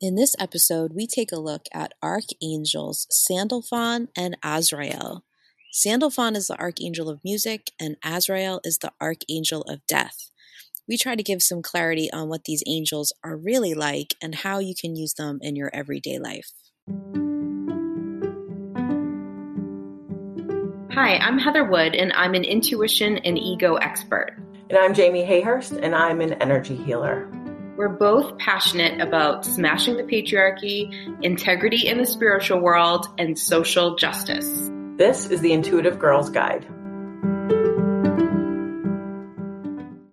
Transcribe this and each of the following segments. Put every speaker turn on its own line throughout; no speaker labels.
In this episode, we take a look at archangels Sandalphon and Azrael. Sandalphon is the archangel of music, and Azrael is the archangel of death. We try to give some clarity on what these angels are really like and how you can use them in your everyday life.
Hi, I'm Heather Wood, and I'm an intuition and ego expert.
And I'm Jamie Hayhurst, and I'm an energy healer.
We're both passionate about smashing the patriarchy, integrity in the spiritual world, and social justice.
This is the Intuitive Girls Guide.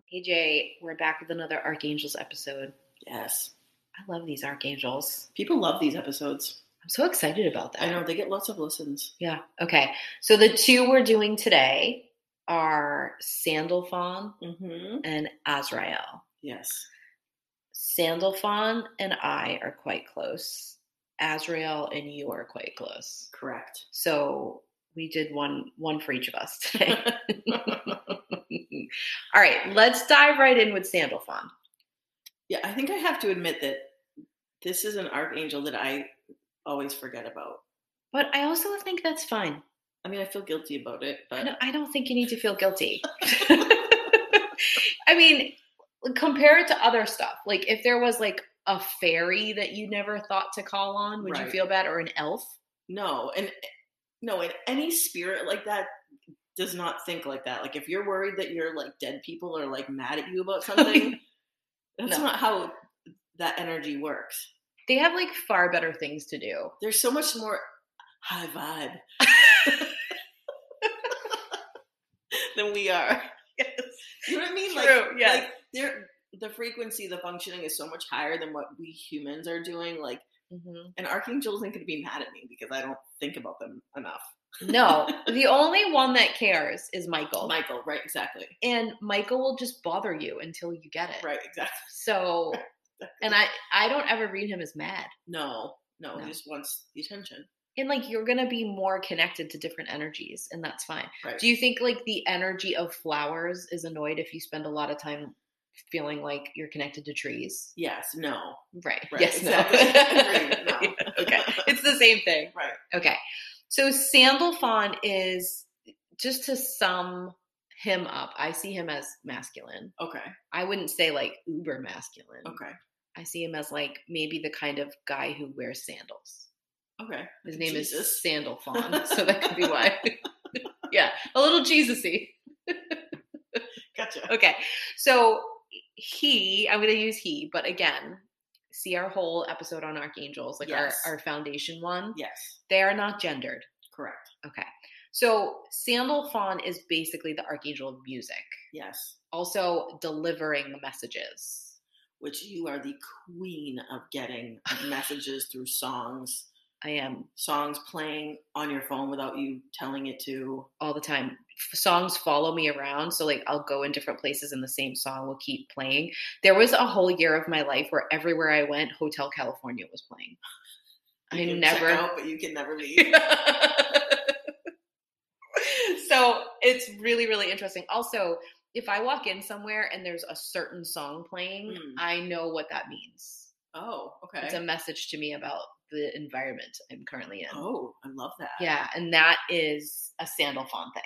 Hey Jay, we're back with another Archangels episode.
Yes.
I love these Archangels.
People love these episodes.
I'm so excited about that.
I know they get lots of listens.
Yeah. Okay. So the two we're doing today are Sandalphon
Mm-hmm.
and Azrael.
Yes.
Sandalphon and I are quite close. Azrael and you are quite close.
Correct.
So we did one one for each of us today. All right, let's dive right in with Sandalphon.
Yeah, I think I have to admit that this is an archangel that I always forget about.
But I also think that's fine.
I mean, I feel guilty about it,
I don't,
but
I don't think you need to feel guilty. I mean, compare it to other stuff. Like if there was like a fairy that you never thought to call on, would you
Right.
feel bad? Or an elf?
no, and no, and any spirit like that does not think like that. Like if you're worried that your like dead people are like mad at you about something, that's
No.
not how that energy works.
They have like far better things to do.
There's so much more high vibe than we are. You know what I mean? Like,
True, yeah.
like they're, the frequency, the functioning is so much higher than what we humans are doing. Like,
Mhm.
an archangel isn't going to be mad at me because I don't think about them enough.
No, the only one that cares is Michael.
Michael, right? Exactly.
and Michael will just bother you until you get it.
Right. Exactly.
So, and I I don't ever read him as mad.
No, no,
No.
he just wants the attention.
And like you're gonna be more connected to different energies, and that's fine.
Right.
Do you think like the energy of flowers is annoyed if you spend a lot of time feeling like you're connected to trees?
yes. No.
Right.
Right,
Yes.
exactly. Agreed,
No.
no.
okay. It's the same thing.
Right.
Okay. So Sandalphon is just to sum him up, I see him as masculine.
Okay.
I wouldn't say like uber masculine.
Okay.
I see him as like maybe the kind of guy who wears sandals.
Okay.
His name
Jesus.
is Sandalphon, so that could be why. yeah, a little Jesusy.
Gotcha.
Okay, so he, I'm going to use he, but again, see our whole episode on archangels, like
Yes.
our, our foundation one.
Yes.
They are not gendered.
Correct.
Okay, so Sandalphon is basically the archangel of music,
Yes.
also delivering the messages.
Which you are the queen of getting messages through songs.
I am
songs playing on your phone without you telling it to.
all the time. F- Songs follow me around. So, like, I'll go in different places and the same song will keep playing. There was a whole year of my life where everywhere I went, Hotel California was playing.
You
I
can check
never.
out, but you can never leave.
so, it's really, really interesting. Also, if I walk in somewhere and there's a certain song playing,
Mm.
I know what that means.
oh, okay.
It's a message to me about the environment I'm currently in.
oh, I love that.
Yeah, and that is a Sandalphon thing.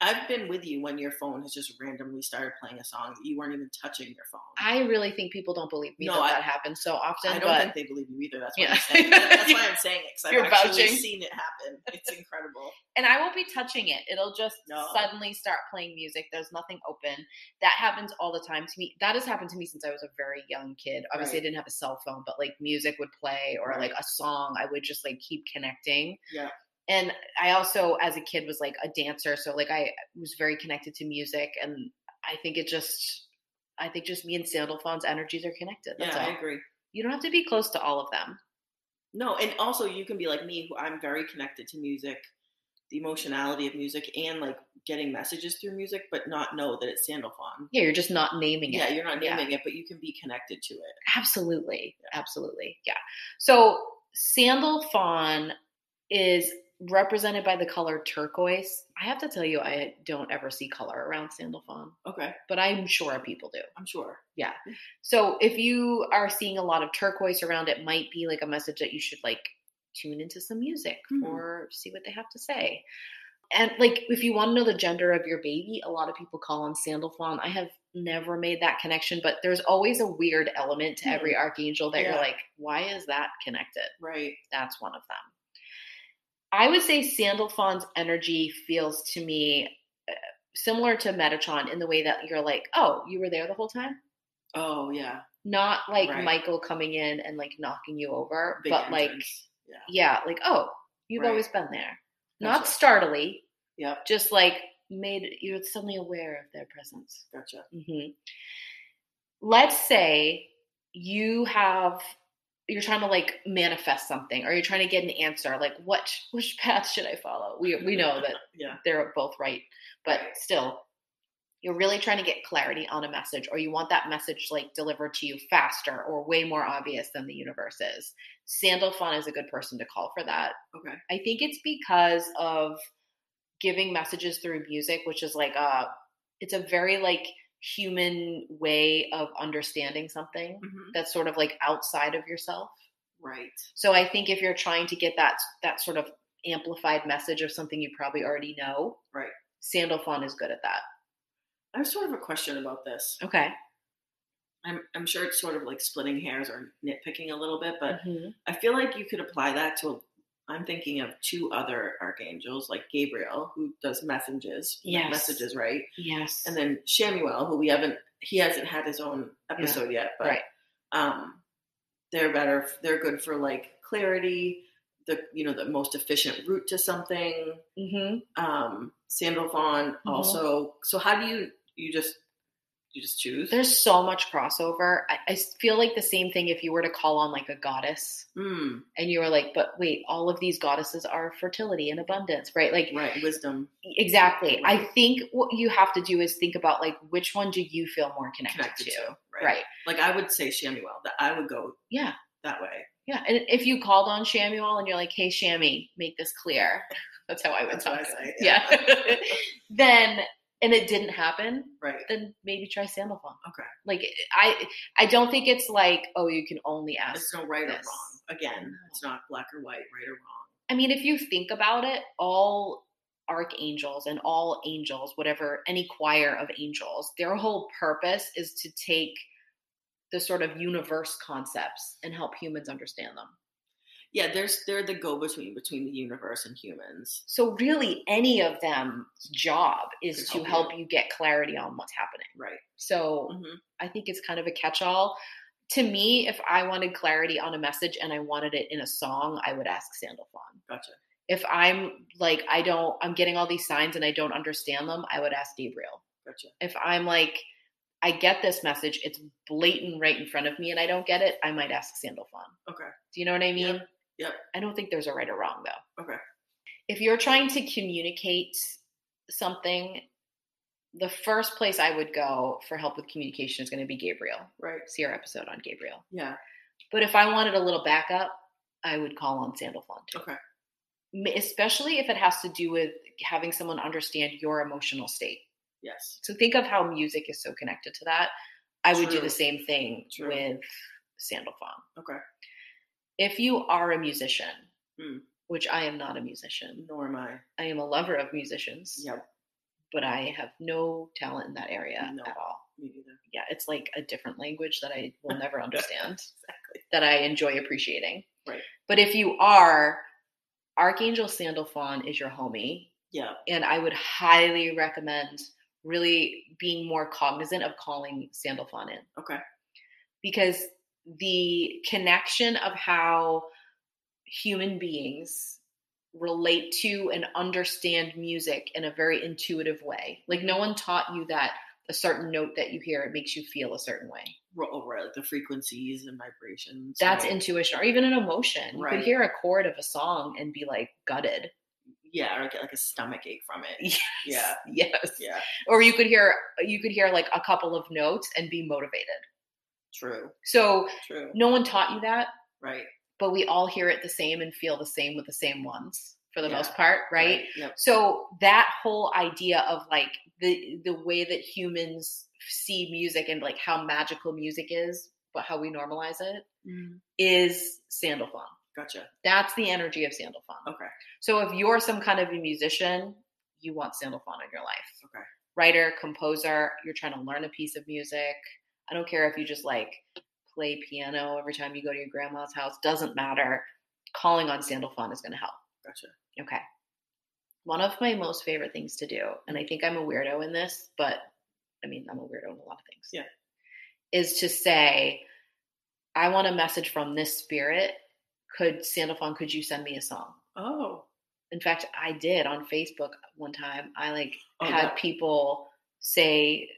I've been with you when your phone has just randomly started playing a song that you weren't even touching your phone.
I really think people don't believe me
No,
that
I-
that happens so often.
I don't
but
think they believe you either. That's why
Yeah.
I'm saying. That, that's why I'm saying it. 'cause
You're
I've actually
vouching.
seen it happen. It's incredible.
and I won't be touching it. It'll just
No.
suddenly start playing music. There's nothing open. That happens all the time to me. That has happened to me since I was a very young kid. Obviously,
Right.
I didn't have a cell phone, but like music would play or
Right.
like a song. I would just like keep connecting.
Yeah.
And I also, as a kid, was like a dancer, so like I was very connected to music, and I think it just. I think just me and Sandalphon's energies are connected. That's
yeah,
all.
I agree.
You don't have to be close to all of them.
No, and also you can be like me, who I'm very connected to music, the emotionality of music, and like getting messages through music, but not know that it's Sandalphon.
Yeah, you're just not naming it.
Yeah, you're not
Yeah.
naming it, but you can be connected to it.
Absolutely. Absolutely. Yeah. So Sandalphon is represented by the color turquoise. I have to tell you, I don't ever see color around sandalphon,
Okay,
but I'm sure people do.
I'm sure.
So if you are seeing a lot of turquoise around, it might be like a message that you should like tune into some music
Mhm.
or see what they have to say. And like if you want to know the gender of your baby, a lot of people call on sandalphon. I have never made that connection, but there's always a weird element to every archangel that
Yeah.
you're like, why is that connected?
Right.
That's one of them. I would say Sandalphon's energy feels to me uh, similar to Metatron in the way that you're like, oh, you were there the whole time?
Oh yeah.
Not like
Right.
Michael coming in and like knocking you over,
Big
but
entrance. yeah.
like, yeah, like, oh, you've
Right.
always been there. Not
Gotcha.
startly,
Yep.
just like made you're suddenly aware of their presence.
Gotcha.
Mhm. Let's say you have you're trying to like manifest something or you're trying to get an answer like what which path should I follow? We we know that
Yeah.
they're both right, but
Right.
still you're really trying to get clarity on a message or you want that message like delivered to you faster or way more obvious than the universe is. Sandalphon is a good person to call for that.
Okay.
I think it's because of giving messages through music, which is like a it's a very like human way of understanding something
Mhm.
that's sort of like outside of yourself.
Right.
So I think if you're trying to get that that sort of amplified message of something you probably already know,
Right.
Sandalphon is good at that.
I have sort of a question about this.
Okay.
I'm I'm sure it's sort of like splitting hairs or nitpicking a little bit, but I feel like you could apply that to. I'm thinking of two other archangels, like Gabriel, who does messages,
Yes.
messages, right?
Yes.
And then Shamuel, who we haven't, he hasn't had his own episode yet, but
right.
um, they're better. They're good for like clarity, the you know the most efficient route to something.
Mm-hmm.
Um, Sandalphon also. So how do you you just you just choose?
There's so much crossover. I, I s- feel like the same thing if you were to call on like a goddess
Mm,
and you were like, but wait, all of these goddesses are fertility and abundance, right? Like e,
right, wisdom
Exactly. I
Right.
think what you have to do is think about like which one do you feel more connected,
connected
to?
to,
Right.
Like I would say Shamuel. That I would go
Yeah.
that way.
Yeah. And if you called on Shamuel and you're like, "Hey, Shammy, make this clear," that's how I would
That's
talk
what
to
I
him.
say,
Yeah.
yeah.
then and it didn't happen.
Right.
Then maybe try Sandalphon.
Okay.
Like I, I don't think it's like oh you can only ask.
There's no right
this.
or wrong. Again,
No.
it's not black or white, right or wrong.
I mean, if you think about it, all archangels and all angels, whatever, any choir of angels, their whole purpose is to take the sort of universe concepts and help humans understand them.
Yeah, there's they're the go between between the universe and humans.
So, really, any of them's job is
To
to
help you.
help you get clarity on what's happening.
Right.
So,
Mhm.
I think it's kind of a catch all. To me, if I wanted clarity on a message and I wanted it in a song, I would ask Sandalphon.
Gotcha.
if I'm like I don't I'm getting all these signs and I don't understand them, I would ask Gabriel.
Gotcha.
If I'm like I get this message, it's blatant right in front of me and I don't get it, I might ask Sandalphon.
Okay.
Do you know what I mean?
yep.
I don't think there's a right or wrong though.
Okay.
If you're trying to communicate something, the first place I would go for help with communication is going to be Gabriel.
Right.
See our episode on Gabriel.
Yeah.
But if I wanted a little backup, I would call on Sandalphon too
Okay.
m- especially if it has to do with having someone understand your emotional state.
Yes.
So think of how music is so connected to that. I would do
True.
the same thing
True.
with Sandalphon.
Okay.
If you are a musician,
Hmm.
which I am not a musician,
Nor am I.
I am a lover of musicians,
Yeah.
but I have no talent in that area
No.
at all.
Me neither.
Yeah, it's like a different language that I will never understand, that I enjoy appreciating.
Right.
But if you are, Archangel Sandalphon is your homie.
Yeah.
and I would highly recommend really being more cognizant of calling Sandalphon in
Okay.
because the connection of how human beings relate to and understand music in a very intuitive way. Like no one taught you that a certain note that you hear it makes you feel a certain way.
Roll over like the frequencies and vibrations.
That's
right?
intuition or even an emotion. You
Right.
could hear a chord of a song and be like gutted.
Yeah, or I get like a stomach ache from it.
Yes.
Yeah.
Yes.
Yeah.
Or you could hear you could hear like a couple of notes and be motivated.
True.
So
True.
no one taught you that,
Right.
but we all hear it the same and feel the same with the same ones. for the
Yeah.
most part, right?
Yep.
So that whole idea of like the the way that humans see music and like how magical music is, but how we normalize it Mm. is Sandalphon.
Gotcha.
That's the energy of Sandalphon.
Okay.
So if you're some kind of a musician, you want Sandalphon in your life.
Okay.
Writer, composer, you're trying to learn a piece of music. I don't care if you just like play piano every time you go to your grandma's house, doesn't matter. Calling on Sandalphon is going to help.
Gotcha.
Okay. One of my most favorite things to do, and I think I'm a weirdo in this, but I mean, I'm a weirdo in a lot of things.
Yeah.
Is to say, I want a message from this spirit. Could Sandalphon, could you send me a song?
Oh.
In fact, I did on Facebook one time. I like
Oh,
had
that-
people say,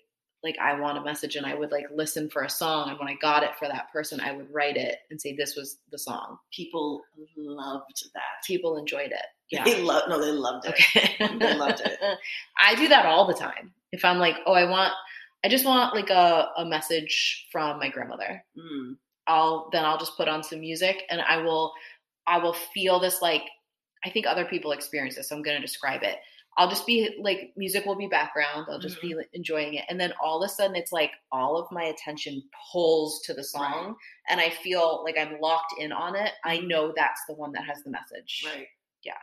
like, I want a message, and I would like listen for a song. And when I got it for that person, I would write it and say, this was the song.
People loved that.
People enjoyed it. Yeah.
They loved. No, they loved it.
Okay.
I loved it.
I do that all the time. If I'm like, oh, I want, I just want like a, a message from my grandmother.
Mm.
I'll, then I'll just put on some music and I will, I will feel this like, I think other people experience this. So I'm going to describe it. I'll just be like, music will be background. I'll just
Mm-hmm.
be like, enjoying it. And then all of a sudden, it's like all of my attention pulls to the song and I feel like I'm locked in on it. I know that's the one that has the message.
Mm-hmm. Right.
Yeah.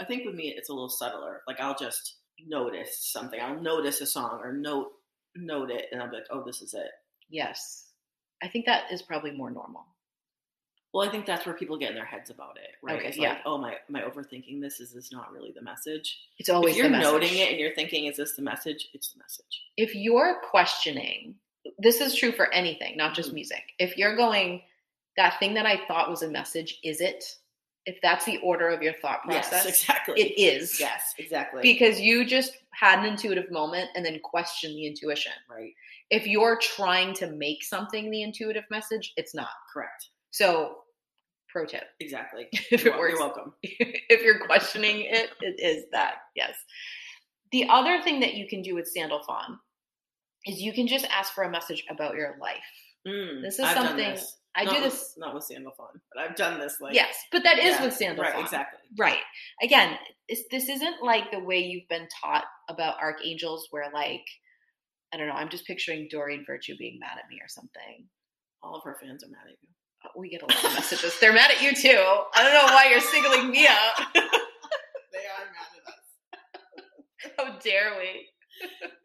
I think with me, it's a little subtler. Like I'll just notice something. I'll notice a song or note note it, and I'll be like, "Oh, this is it."
Yes. I think that is probably more normal.
Well, I think that's where people get in their heads about it, right?
Okay,
it's
yeah.
like, "Oh, my my overthinking this is this not really the message."
It's always
if you're
the message.
noting it and you're thinking, "Is this the message?" It's the message.
If you're questioning, this is true for anything, not just
Mhm.
music. If you're going, that thing that I thought was a message, is it? If that's the order of your thought process,
Yes, exactly.
it is.
Yes, exactly.
Because you just had an intuitive moment and then questioned the intuition.
right.
If you're trying to make something the intuitive message, it's not.
Correct.
So, pro tip.
Exactly.
If
you're,
it
wel-
works.
you're welcome.
if you're questioning it, it is that, yes. The other thing that you can do with Sandalphon is you can just ask for a message about your life.
Mm,
This is
I've done
something-
this.
I
Not
do
with-
this,
not with Sandalphon, but I've done this. Like
yes, but that is
yeah,
with Sandalphon.
Right. Exactly.
Right. Again, it's, this isn't like the way you've been taught about archangels, where like, I don't know, I'm just picturing Doreen Virtue being mad at me or something.
All of her fans are mad at you.
Uh, We get a lot of messages. They're mad at you too. I don't know why you're singling me out.
They are mad at us.
How dare we?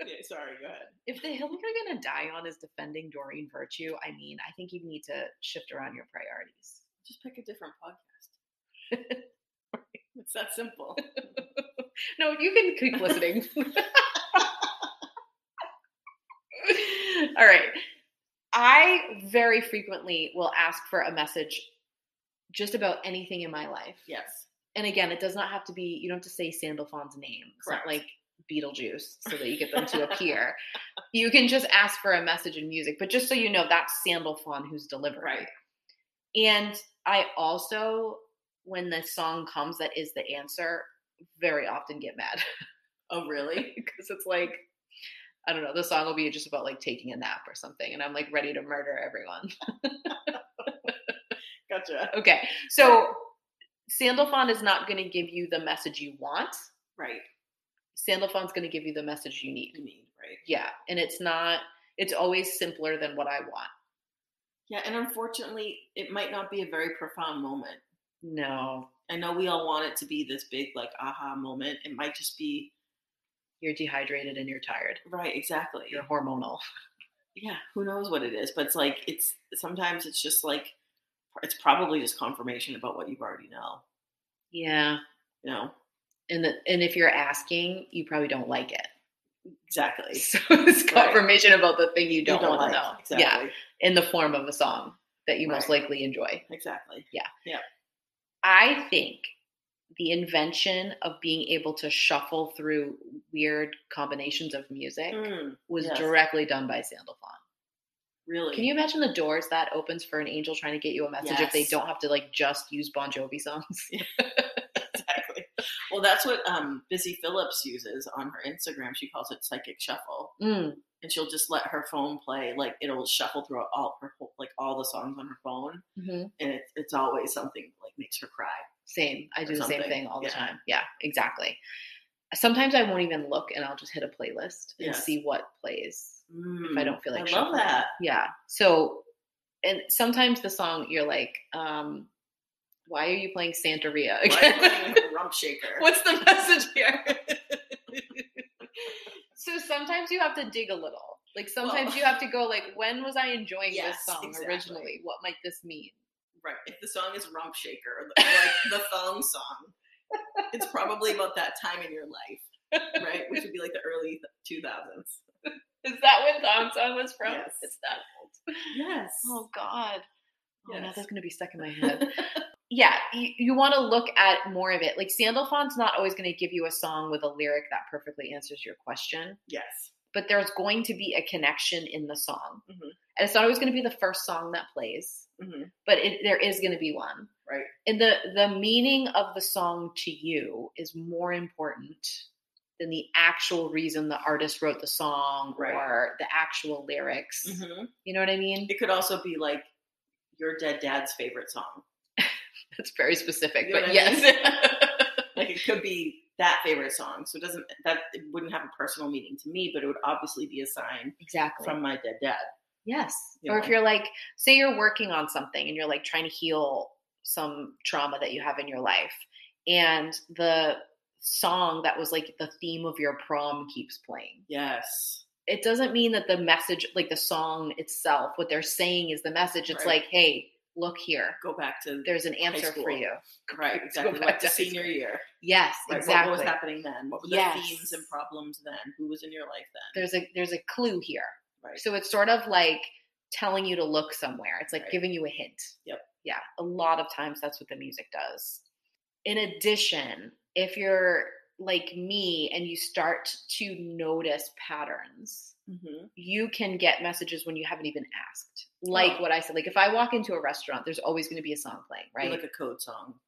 Yeah, sorry, go ahead.
if the hill you're going to die on is defending Doreen Virtue, I mean, I think you need to shift around your priorities.
Just pick a different podcast. it's that simple.
No, you can keep listening. All right. I very frequently will ask for a message just about anything in my life.
Yes.
And again, it does not have to be, you don't have to say Sandalphon's name. It's
Correct.
not like Beetlejuice so that you get them to appear. You can just ask for a message in music, but just so you know, that's Sandalphon who's delivering.
Right.
And I also, when the song comes that is the answer, very often get mad
Oh, really?
because it's like, I don't know, the song will be just about like taking a nap or something. And I'm like ready to murder everyone.
Gotcha.
Okay. So Sandalphon is not going to give you the message you want.
Right.
Sandalphon's going to give you the message you need.
You mean right?
Yeah. And it's not, it's always simpler than what I want.
Yeah, and unfortunately, it might not be a very profound moment.
No,
I know we all want it to be this big, like aha moment. It might just be
you're dehydrated and you're tired.
right. Exactly.
You're hormonal.
yeah, who knows what it is, but it's like it's sometimes it's just like it's probably just confirmation about what you already know.
Yeah.
You know
And, the, and if you're asking, you probably don't like it.
exactly.
So it's
Right.
confirmation about the thing you
You
don't, want
like.
to know. Yeah.
Exactly.
In the form of a song that you most
Right.
likely enjoy.
Exactly.
I think the invention of being able to shuffle through weird combinations of music
Mm,
was
yes.
directly done by Sandalphon.
really.
Can you imagine the doors that opens for an angel trying to get you a message if they
Yes.
don't have to like just use Bon Jovi songs?
exactly? Well, that's what um, Busy Phillips uses on her Instagram. She calls it psychic shuffle,
Mm,
and she'll just let her phone play. Like it'll shuffle through all her whole, like all the songs on her phone,
mhm.
and it's it's always something like makes her cry.
Same. I do the same
something.
thing all the
Yeah.
time. Yeah, exactly. Sometimes I won't even look and I'll just hit a playlist and
Yes.
see what plays.
Mm,
I don't feel like
I love
shuffling.
that.
Yeah. So, and sometimes the song you're like, um, why are you playing Santeria
Why
again?
am I like a rump shaker?
What's the message here? so sometimes you have to dig a little. Like sometimes
Well-
you have to go like, when was I enjoying
Yes,
this song
exactly.
originally? What might this mean?
right? If the song is rump shaker, like the thong song, it's probably about that time in your life, right? Which would be like the early two thousands.
Is that when Thong Song was from?
Yes.
It's that old.
Yes.
Oh God. Oh, now
Yes.
that's gonna be stuck in my head. yeah, you, you want to look at more of it. Like Sandalphon's not always going to give you a song with a lyric that perfectly answers your question,
Yes.
but there's going to be a connection in the song,
Mhm.
and it's not always going to be the first song that plays,
hmm
but it, there is going to be one.
Right.
And the the meaning of the song to you is more important than the actual reason the artist wrote the song
Right.
or the actual lyrics.
hmm
You know what I mean?
It could also be like your dead dad's favorite song.
That's very specific,
You know
but
what I
yes.
Like it could be that favorite song. So it doesn't that it wouldn't have a personal meaning to me, but it would obviously be a sign
exactly.
from my dead dad.
yes.
You
or
know.
if you're like, say you're working on something and you're like trying to heal some trauma that you have in your life, and the song that was like the theme of your prom keeps playing.
Yes.
It doesn't mean that the message, like the song itself, what they're saying is the message. It's
Right.
like, hey, look here.
Go back to
There's an
High
answer for
school.
you.
right
go
exactly
back
like
to
the
high
senior
school.
year.
Yes,
Right,
exactly.
What was happening then? What were the
Yes.
themes and problems then? Who was in your life then?
There's a there's a clue here.
Right.
So it's sort of like telling you to look somewhere. It's like
Right.
giving you a hint.
Yep.
Yeah. A lot of times that's what the music does. In addition, if you're like me and you start to notice patterns,
Mhm.
you can get messages when you haven't even asked. Like
Oh.
what I said, like if I walk into a restaurant, there's always going to be a song playing,
Be
right?
Like a code song.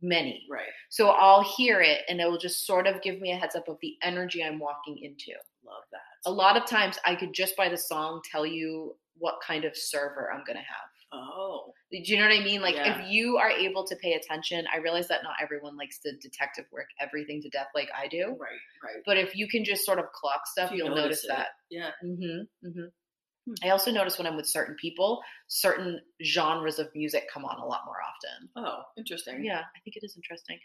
Many.
Right.
So I'll hear it and it will just sort of give me a heads up of the energy I'm walking into
Love that.
a lot of times I could just by the song tell you what kind of server I'm going to have.
Oh.
Do you know what I mean? Like
Yeah.
if you are able to pay attention, I realize that not everyone likes to detective work everything to death like I do,
Right. Right.
but if you can just sort of clock stuff,
If you
you'll notice,
notice it.
that.
Yeah.
Mm-hmm, mm-hmm.
Hmm.
I also notice when I'm with certain people, certain genres of music come on a lot more often.
Oh, interesting.
Yeah, I think it is interesting.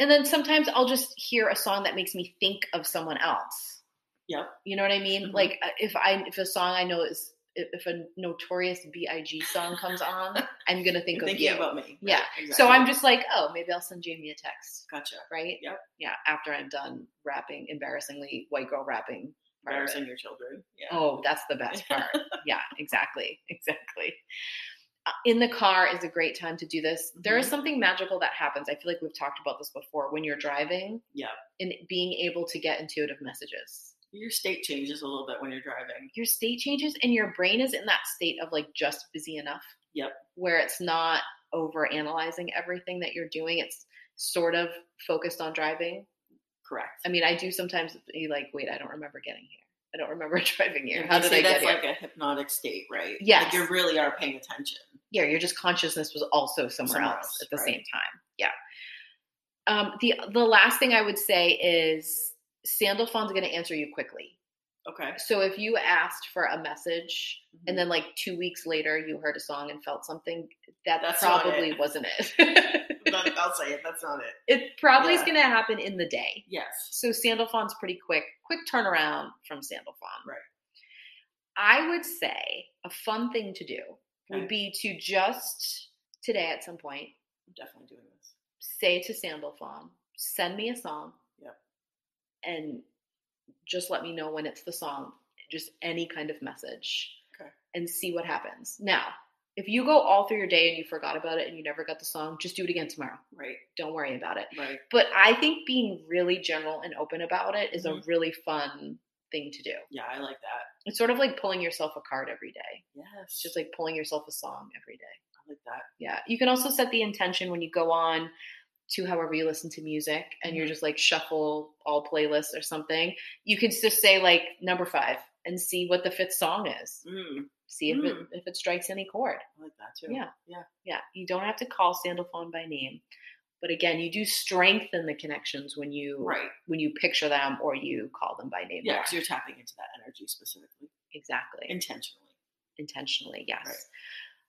And then sometimes I'll just hear a song that makes me think of someone else.
Yep.
You know what I mean?
Mhm.
Like uh, if I if a song I know is if if a notorious Big song comes on, I'm gonna think
You're
of
thinking
you.
about me. Right,
Yeah.
Exactly.
So I'm just like, oh, maybe I'll send Jamie a text,
gotcha.
right?
Yep.
Yeah. After I'm done rapping, embarrassingly white girl rapping. part of it.
Embarrassing your children. Yeah.
Oh, that's the best part. yeah, exactly. Exactly. Uh, In the car is a great time to do this. There is
Mhm.
something magical that happens. I feel like we've talked about this before when you're driving.
Yeah.
And being able to get intuitive messages.
Your state changes a little bit when you're driving.
Your state changes and your brain is in that state of like just busy enough.
Yep.
Where it's not over analyzing everything that you're doing. It's sort of focused on driving.
Correct.
I mean, I do sometimes be like, wait, I don't remember getting here. I don't remember driving here.
And
How
they
did
say
I get
that's
here?
like a hypnotic state, right?
Yes.
Like you really are paying attention.
yeah, your just consciousness was also somewhere,
Somewhere
else,
else,
at the
right.
same time. Yeah. Um, the the last thing I would say is Sandalphone's going to answer you quickly.
Okay.
So if you asked for a message
Mm-hmm.
and then like two weeks later you heard a song and felt something, that
That's not
probably
it.
wasn't it.
But I'll say it. That's not it.
it probably is
Yeah.
going to happen in the day.
Yes.
So Sandalphone's pretty quick, quick turnaround from Sandalphone.
Right.
I would say a fun thing to do
Okay.
would be to just today at some point
I'm definitely doing this.
say to Sandalphone, send me a song.
Yep.
And just let me know when it's the song, just any kind of message.
Okay.
And see what happens. Now, if you go all through your day and you forgot about it and you never got the song, just do it again tomorrow.
Right.
Don't worry about it.
Right.
But I think being really general and open about it is
Mhm.
a really fun thing to do.
Yeah, I like that.
It's sort of like pulling yourself a card every day.
Yes.
It's just like pulling yourself a song every day.
I like that.
Yeah. You can also set the intention when you go on to however you listen to music and
Mm-hmm.
you're just like shuffle all playlists or something. You could just say like number five and see what the fifth song is.
Mm,
See if it
Mm.
if it strikes any chord.
I like that too.
Yeah.
Yeah.
Yeah. You don't have to call Sandalphone by name, But again, you do strengthen the connections when you
Right.
when you picture them or you call them by name.
Yeah,
more.
because you're tapping into that energy specifically,
exactly.
intentionally.
intentionally, yes.
Right.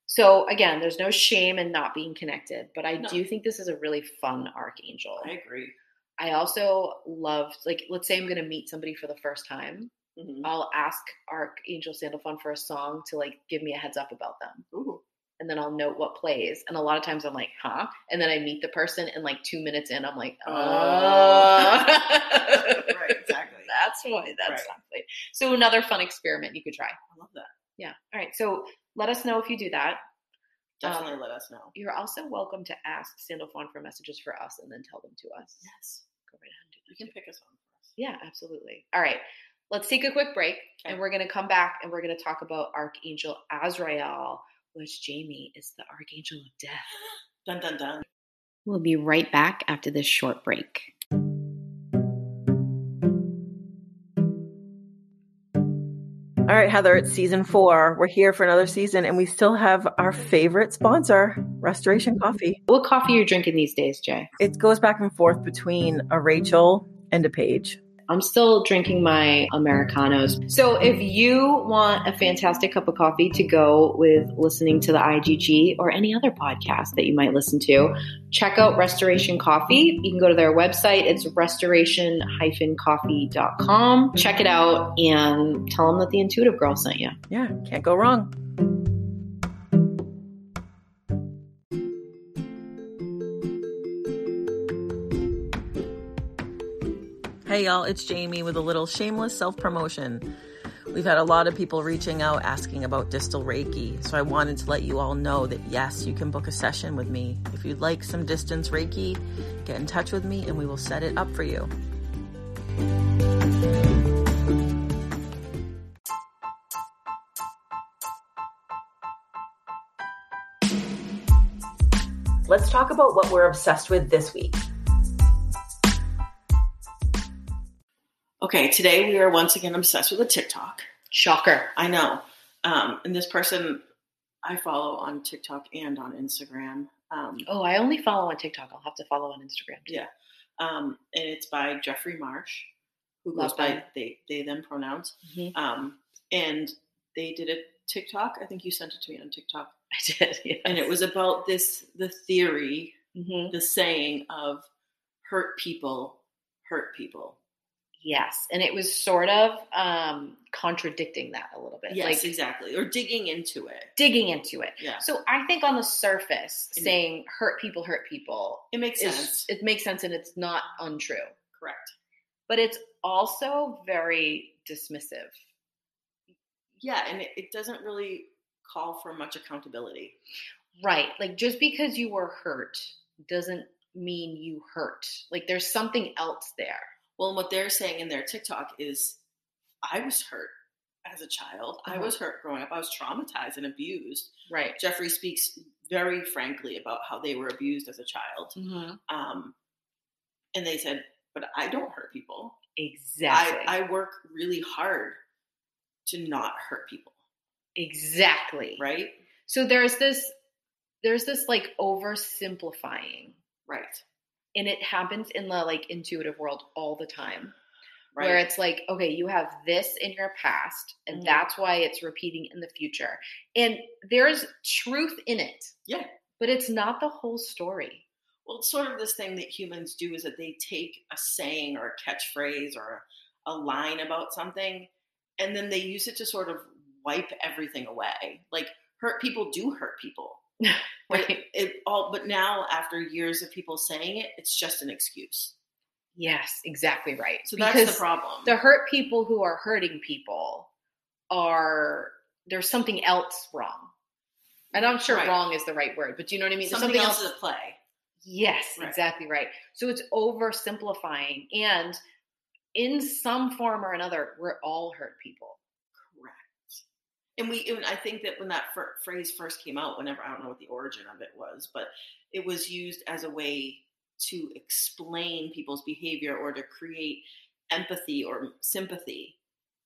So again, there's no shame in not being connected, but I
No.
do think this is a really fun archangel.
I agree.
I also loved, like, let's say I'm going to meet somebody for the first time.
Mhm.
I'll ask Archangel Sandalphon for a song to like give me a heads up about them,
Ooh.
and then I'll note what plays. And a lot of times I'm like, huh, and then I meet the person, and like two minutes in, I'm like, oh,
Oh. Right, exactly.
That's why. That's
Right.
something. So another fun experiment you could try.
I love that.
Yeah. All right. So let us know if you do that. Um,
Definitely let us know.
You're also welcome to ask Sandalphon for messages for us and then tell them to us.
Yes.
Go right ahead.
You can pick us on for us.
Yeah, absolutely. All right. Let's take a quick break
Okay.
and we're going to come back and we're going to talk about Archangel Azrael, which Jamie is the Archangel of Death.
Dun dun dun.
We'll be right back after this short break.
All right, Heather, it's season four. We're here for another season, and we still have our favorite sponsor, Restoration Coffee.
What coffee are you drinking these days, Jay?
It goes back and forth between a Rachel and a Paige.
I'm still drinking my Americanos. So, if you want a fantastic cup of coffee to go with listening to the IGG or any other podcast that you might listen to, check out Restoration Coffee. You can go to their website, it's restoration coffee.com. Check it out and tell them that the Intuitive Girl sent you.
Yeah, can't go wrong. Hey, y'all, it's Jamie with a little shameless self promotion. We've had a lot of people reaching out asking about distal Reiki, so I wanted to let you all know that yes, you can book a session with me. If you'd like some distance Reiki, get in touch with me and we will set it up for you. Let's talk about what we're obsessed with this week.
Okay, today we are once again obsessed with a TikTok.
Shocker.
I know. Um, and this person I follow on TikTok and on Instagram. Um,
Oh, I only follow on TikTok. I'll have to follow on Instagram.
Yeah. um, and it's by Jeffrey Marsh, who goes
Love
by
him.
they they them pronouns.
Mhm.
Mm-hmm.
Um, and they did a TikTok. I think you sent it to me on TikTok,
I did. yes.
and it was about this the theory,
Mhm.
the saying of hurt people hurt people.
Yes, and it was sort of um, contradicting that a little bit,
Yes,
like
exactly. Or digging into it.
digging into it.
Yeah,
So I think on the surface,
It-
saying "hurt people, hurt people"
it makes
is
sense.
it makes sense and it's not untrue,
Correct.
but it's also very dismissive.
Yeah, and it, it doesn't really call for much accountability.
Right, like just because you were hurt doesn't mean you hurt. Like there's something else there.
Well, and what they're saying in their TikTok is, I was hurt as a child. I
Uh-huh.
was hurt growing up. I was traumatized and abused.
Right.
Jeffrey speaks very frankly about how they were abused as a child.
Mm-hmm.
Um, and they said, but I don't hurt people.
Exactly.
I, I work really hard to not hurt people,
exactly.
right?
So there's this there's this like oversimplifying
Right.
and it happens in the like intuitive world all the time
Right.
where it's like okay you have this in your past and
Mhm.
that's why it's repeating in the future and there's truth in it
Yeah.
but it's not the whole story
Well, it's sort of this thing that humans do is that they take a saying or a catchphrase or a line about something and then they use it to sort of wipe everything away. Like hurt people do hurt people. But
right
it, it all but now after years of people saying it, it's just an excuse.
yes exactly right
So that's
Because
the problem.
the hurt people who are hurting people are there's something else wrong and i'm sure
Right.
wrong is the right word but do you know what i mean There's
something, else is at play.
Yes,
Right.
exactly right. So it's oversimplifying. And in some form or another, we're all hurt people.
Correct. And we, and I think that when that fir- phrase first came out, whenever I don't know what the origin of it was, but it was used as a way to explain people's behavior or to create empathy or sympathy.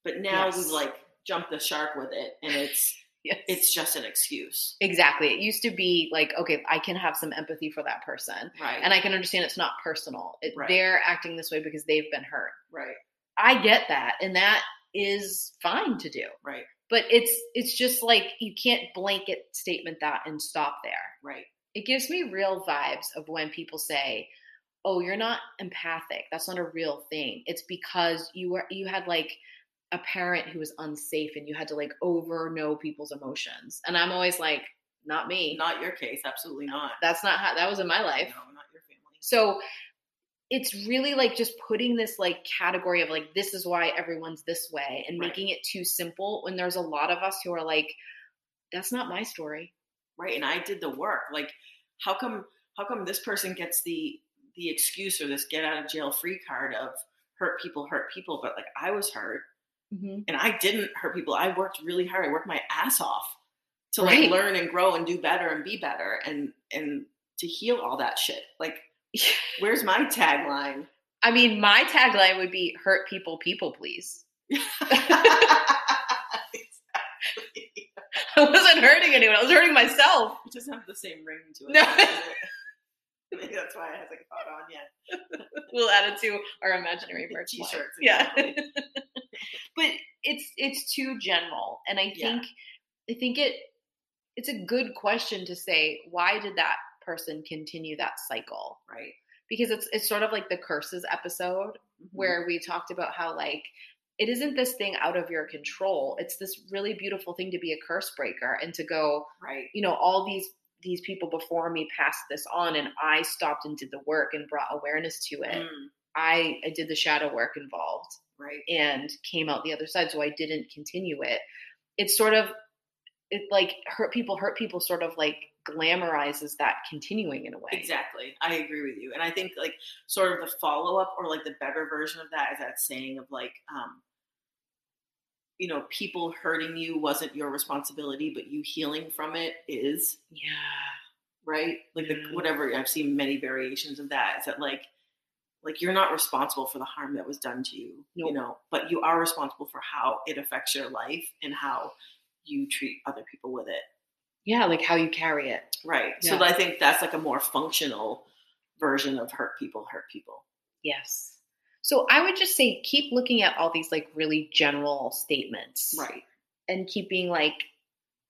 But now
Yes.
we've like jumped the shark with it, and it's
Yes.
It's just an excuse.
exactly. It used to be like, okay, I can have some empathy for that person.
Right.
And I can understand it's not personal. It,
Right.
They're acting this way because they've been hurt.
right.
I get that, and that is fine to do.
Right.
But it's it's just like you can't blanket statement that and stop there.
Right.
It gives me real vibes of when people say, "Oh, you're not empathic. That's not a real thing. It's because you were you had like a parent who was unsafe and you had to like over know people's emotions." And I'm always like, "Not me.
Not your case. Absolutely not.
That's not how that was in my life."
No, not your family.
So it's really like just putting this like category of like this is why everyone's this way and
Right.
making it too simple when there's a lot of us who are like that's not my story.
Right. And I did the work. Like, how come? How come this person gets the the excuse or this get out of jail free card of hurt people, hurt people? But like, I was hurt, and I didn't hurt people. I worked really hard. I worked my ass off to like
Right.
learn and grow and do better and be better and and to heal all that shit. Like, where's my tagline?
I mean, my tagline would be hurt people people please.
Exactly.
I wasn't hurting anyone. I was hurting myself.
It doesn't have the same ring to it.
No.
Maybe that's why it hasn't caught on yet.
We'll add it to our imaginary merch line.
T-shirts,
Yeah.
exactly.
but it's it's too general and I
Yeah.
think I think it it's a good question to say why did that person continue that cycle?
Right.
because it's it's sort of like the curses episode
Mm-hmm.
where we talked about how like it isn't this thing out of your control. It's this really beautiful thing to be a curse breaker and to go,
right,
you know, all these these people before me passed this on and I stopped and did the work and brought awareness to it.
Mm,
I, I did the shadow work involved
right,
and came out the other side so I didn't continue it. It's sort of it like hurt people hurt people sort of like glamorizes that continuing in a way.
exactly. I agree with you, and I think like sort of the follow up or like the better version of that is that saying of like, um, you know, people hurting you wasn't your responsibility, but you healing from it is.
Yeah.
right? Like
Yeah.
the, whatever I've seen many variations of that. Is that like like you're not responsible for the harm that was done to you,
Nope.
you know, but you are responsible for how it affects your life and how you treat other people with it,
Yeah, like how you carry it.
right?
Yeah.
So I think that's like a more functional version of hurt people, hurt people.
Yes. So I would just say keep looking at all these like really general statements.
Right,
And keep being like,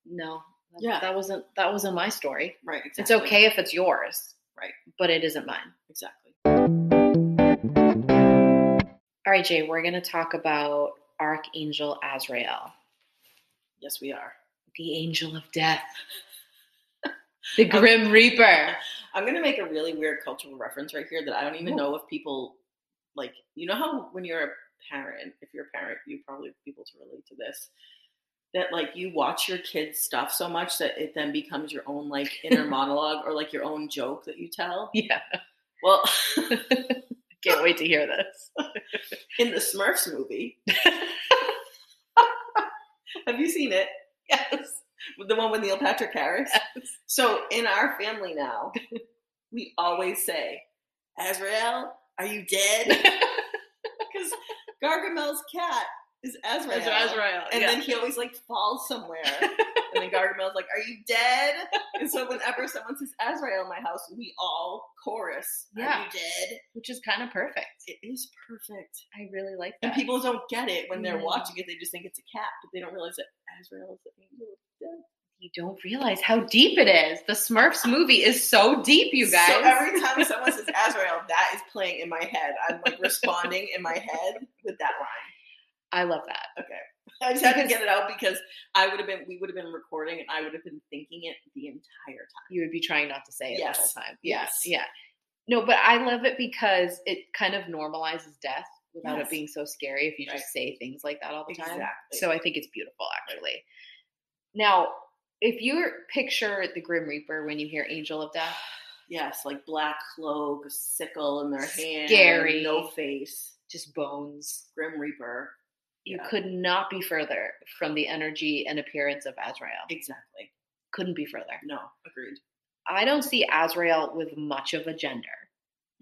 no, that,
Yeah.
that wasn't that wasn't my story.
right.
It's
Exactly.
okay if it's yours.
Right.
But it isn't mine.
Exactly.
All right, Jay, we're gonna talk about Archangel Azrael,
Yes, we are.
the angel of death. the Grim Reaper.
I'm gonna make a really weird cultural reference right here that I don't even know if people like. You know how when you're a parent, if you're a parent, you probably be able to relate to this. That like you watch your kids stuff so much that it then becomes your own like inner monologue or like your own joke that you tell.
Yeah.
Well,
Can't wait to hear this.
in the Smurfs movie, have you seen it?
Yes.
The one with Neil Patrick Harris. So in our family now, we always say, "Azrael, are you dead?" because Gargamel's cat is Azrael.
Azrael.
And then he always like falls somewhere. and then Gargamel's like, Are you dead? And so whenever someone says Azrael in my house, we all chorus, Are
Yeah.
you dead?
which is kind of perfect.
It is perfect.
I really like that.
And people don't get it when they're
No.
watching it. They just think it's a cat, but they don't realize that Azrael is an angel.
you don't realize how deep it is. The Smurfs movie is so deep, you guys.
So every time someone says Azrael, that is playing in my head. I'm like responding in my head with that line.
I love that.
I just had to get it out because I would have been, we would have been recording and I would have been thinking it the entire time.
You would be trying not to say it
Yes.
the whole time.
Yes.
Yeah. Yeah. No, but I love it because it kind of normalizes death without
Yes.
it being so scary if you
Right.
just say things like that all the time.
Exactly.
So I think it's beautiful actually. Now, if you picture the Grim Reaper when you hear Angel of Death,
Yes, like black cloak, sickle in their hand,
Scary.
no face,
just bones.
grim reaper.
You
Yeah.
could not be further from the energy and appearance of Azrael.
Exactly.
Couldn't be further.
No, agreed.
I don't see Azrael with much of a gender.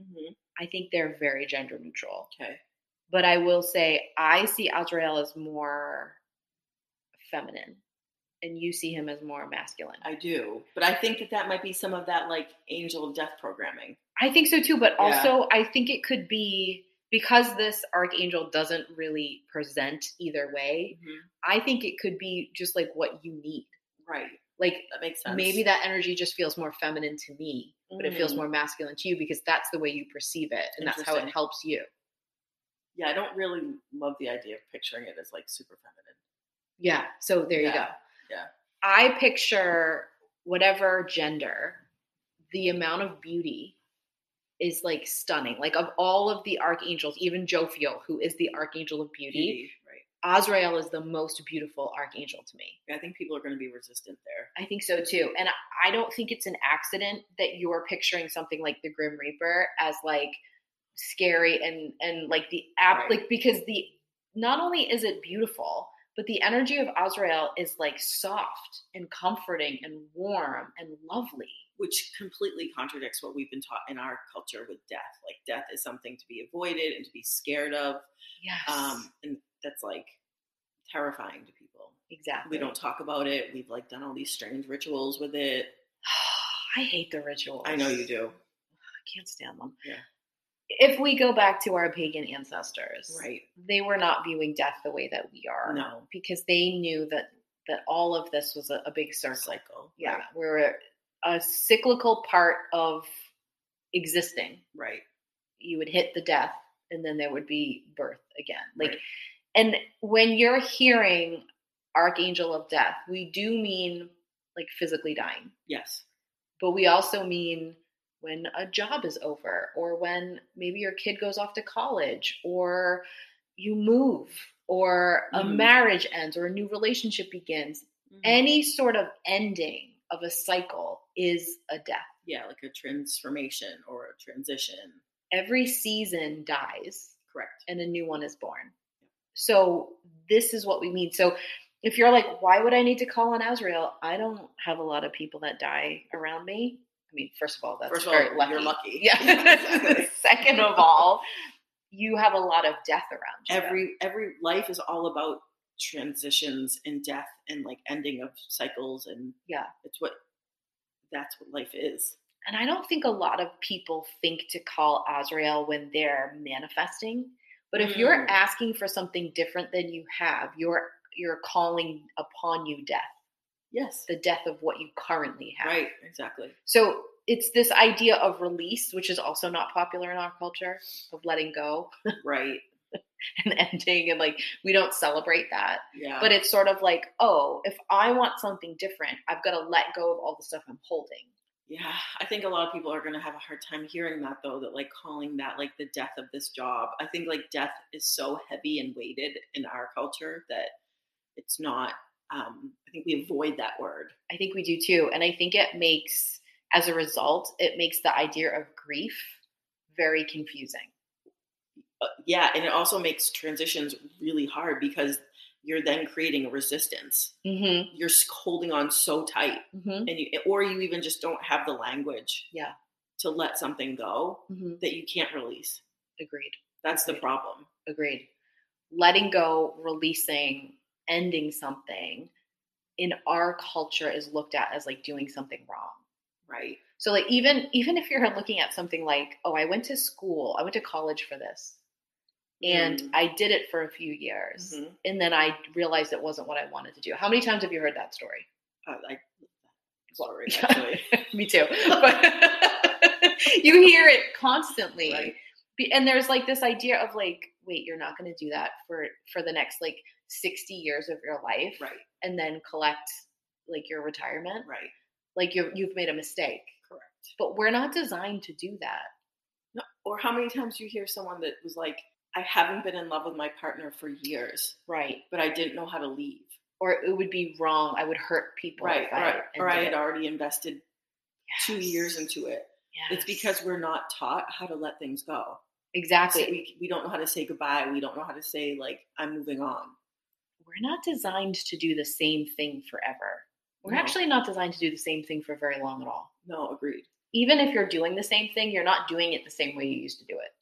hmm
I think they're very gender neutral.
Okay.
But I will say I see Azrael as more feminine and you see him as more masculine.
I do, but I think that that might be some of that like angel of death programming.
I think so too, but
Yeah.
also I think it could be because this archangel doesn't really present either way. I think it could be just like what you need.
Right,
Like
that makes sense.
maybe that energy just feels more feminine to me, but it feels
Mm.
more masculine to you because that's the way you perceive it and that's how it
Interesting.
helps you.
Yeah, I don't really love the idea of picturing it as like super feminine.
Yeah. So there you go.
Yeah, yeah.
I picture whatever gender, the amount of beauty is like stunning. Like of all of the archangels, even Jophiel, who is the archangel of beauty,
Beauty, right?
Azrael is the most beautiful archangel to me.
I think people are going to be resistant there.
I think so too. And I don't think it's an accident that you're picturing something like the Grim Reaper as like scary and and like the app
Right.
like because the not only is it beautiful, but the energy of Azrael is like soft and comforting and warm and lovely.
which completely contradicts what we've been taught in our culture with death. Like death is something to be avoided and to be scared of,
Yes.
um, and that's like terrifying to people.
exactly.
We don't talk about it. We've like done all these strange rituals with it.
I hate the rituals.
I know you do,
I can't stand them.
Yeah.
If we go back to our pagan ancestors,
right?
they were not viewing death the way that we are.
No.
because they knew that that all of this was a, a big circle.
Cycle.
yeah,
Right.
we're a cyclical part of existing.
right.
You would hit the death, and then there would be birth again. Like,
Right.
and when you're hearing archangel of death, we do mean like physically dying
Yes.
but we also mean when a job is over or when maybe your kid goes off to college or you move or a
Mhm.
marriage ends or a new relationship begins
Mm-hmm.
any sort of ending of a cycle is a death
yeah, like a transformation or a transition.
every season dies
Correct.
and a new one is born so this is what we mean so if you're like why would i need to call on azrael i don't have a lot of people that die around me i mean first of all that's
First of all,
very lucky
you're lucky.
Yeah.
Exactly.
Second of all, you have a lot of death around you.
every every life is all about transitions and death and like ending of cycles and
Yeah.
it's what that's what life is
and I don't think a lot of people think to call Azrael when they're manifesting. But if you're
Mm.
asking for something different than you have, you're you're calling upon you death,
yes
the death of what you currently have.
right exactly
So it's this idea of release, which is also not popular in our culture, of letting go
right
and ending, and like we don't celebrate that.
yeah
But it's sort of like, oh, if I want something different, I've got to let go of all the stuff I'm holding.
yeah i think a lot of people are going to have a hard time hearing that though that like calling that like the death of this job i think like death is so heavy and weighted in our culture that it's not um i think we avoid that word
I think we do too. And I think it makes, as a result, it makes the idea of grief very confusing.
uh, yeah and it also makes transitions really hard because you're then creating a resistance
Mm-hmm.
you're s- holding on so tight
Mm-hmm.
and you eh, or you even just don't have the language
Yeah.
to let something go
Mm-hmm.
that you can't release
Agreed.
that's the
Agreed.
problem
Agreed. Letting go, releasing, ending something in our culture is looked at as like doing something wrong.
right
So like even even if you're looking at something like, oh, I went to school, I went to college for this, and
Mm.
I did it for a few years,
Mhm.
and then I realized it wasn't what I wanted to do. How many times have you heard that story?
uh, I, sorry
Yeah.
actually
Me too. But you hear it constantly,
Right.
Be- and there's like this idea of like, wait, you're not going to do that for for the next like 60 years of your life,
right
and then collect like your retirement,
right
like you you've made a mistake.
correct
But we're not designed to do that.
no, or how many times you hear someone that was like i haven't been in love with my partner for years
Right.
but i didn't know how to leave
Or it would be wrong. I would hurt people.
right
if
or, I- or i
ended
had
it.
already invested two
Yes.
years into it it's
Yes.
because we're not taught how to let things go So
exactly
we, we don't know how to say goodbye we don't know how to say like i'm moving on
we're not designed to do the same thing forever. We're
No.
actually not designed to do the same thing for very long at all.
no agreed
Even if you're doing the same thing, you're not doing it the same way you used to do it.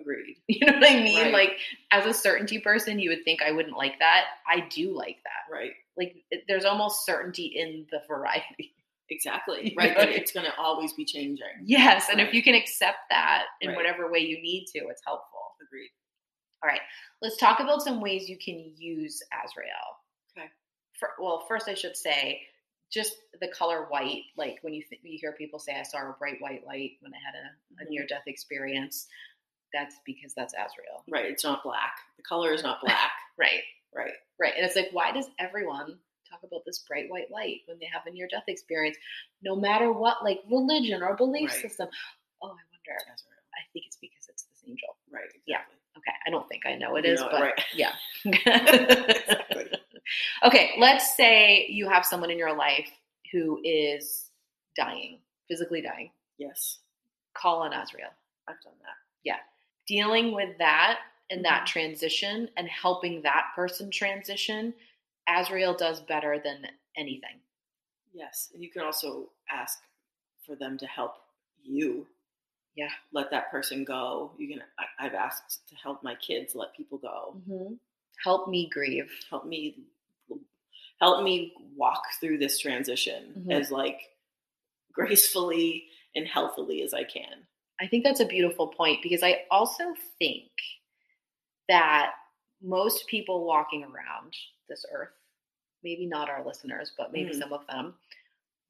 agreed
You know what I mean?
Right.
Like, as a certainty person, you would think I wouldn't like that. I do like that.
right
Like it- there's almost certainty in the variety.
Exactly.
You
Right.
know?
That it's going to always be changing.
Yes, and if
Right.
you can accept that in
Right.
whatever way you need to, it's helpful.
Agreed.
Let's talk about some ways you can use Azrael.
Okay.
For, well, first I should say just the color white. Like when you th- you hear people say, "I saw a bright white light when I had a, a
Mhm.
near death experience," that's because that's Azrael,
Right. It's not black. The color is not black.
right?
right.
Right. And it's like, why does everyone talk about this bright white light when they have a near death experience, no matter what, like religion or belief
Right.
system? Oh, I wonder.
That's right.
I think it's because it's this angel.
Right.
Yeah.
Exactly.
Okay. I don't think I know it
You
is,
know it,
but
right.
yeah.
Exactly.
okay. Let's say you have someone in your life who is dying, physically dying.
Yes.
Call on Azrael.
I've done that.
dealing with that and
Mm-hmm.
that transition and helping that person transition, Azrael does better than anything.
Yes. And you can also ask for them to help you.
Yeah.
Let that person go. You can. I, I've asked to help my kids let people
Mm.
go.
Mm-hmm. Help me grieve.
Help me. Help me walk through this transition
Mhm.
as like gracefully and healthily as I can.
I think that's a beautiful point because I also think that most people walking around this earth, maybe not our listeners, but maybe
Mhm.
some of them,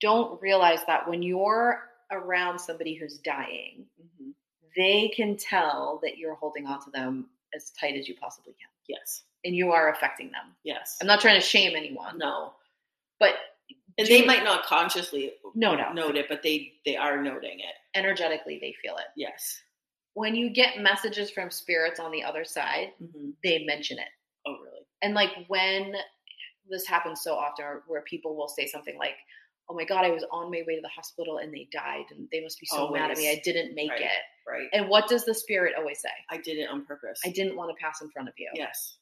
don't realize that when you're around somebody who's dying,
Mm-hmm.
they can tell that you're holding on to them as tight as you possibly can.
Yes.
and you are affecting them.
Yes.
I'm not trying to shame anyone,
no.
but
And
Do
they
you-
might not consciously
no, no,
note it, but they they are noting it.
energetically they feel it.
Yes.
When you get messages from spirits on the other side,
Mm-hmm.
they mention it.
Oh, really?
And like when this happens so often, or where people will say something like, "Oh my God, I was on my way to the hospital and they died, and they must be so mad at me.
Always.
I didn't make
Right.
it."
Right.
And what does the spirit always say?
I did it on purpose.
I didn't want to pass in front of you.
Yes.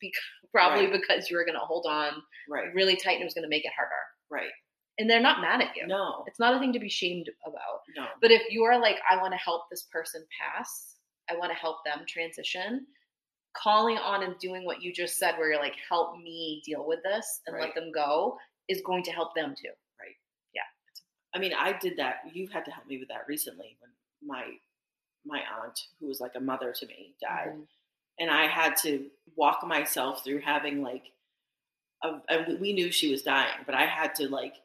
Probably
Right.
because you were going to hold on
Right.
really tight and it was going to make it harder.
Right.
And they're not mad at you.
No.
It's not a thing to be shamed about.
No.
But if you're like, I want to help this person pass, I want to help them transition, calling on and doing what you just said, where you're like, help me deal with this and let
Right.
them go, is going to help them too.
I mean, I did that. You had to help me with that recently when my my aunt, who was like a mother to me, died,
Mm-hmm.
and I had to walk myself through having like, a, and we knew she was dying, but I had to like,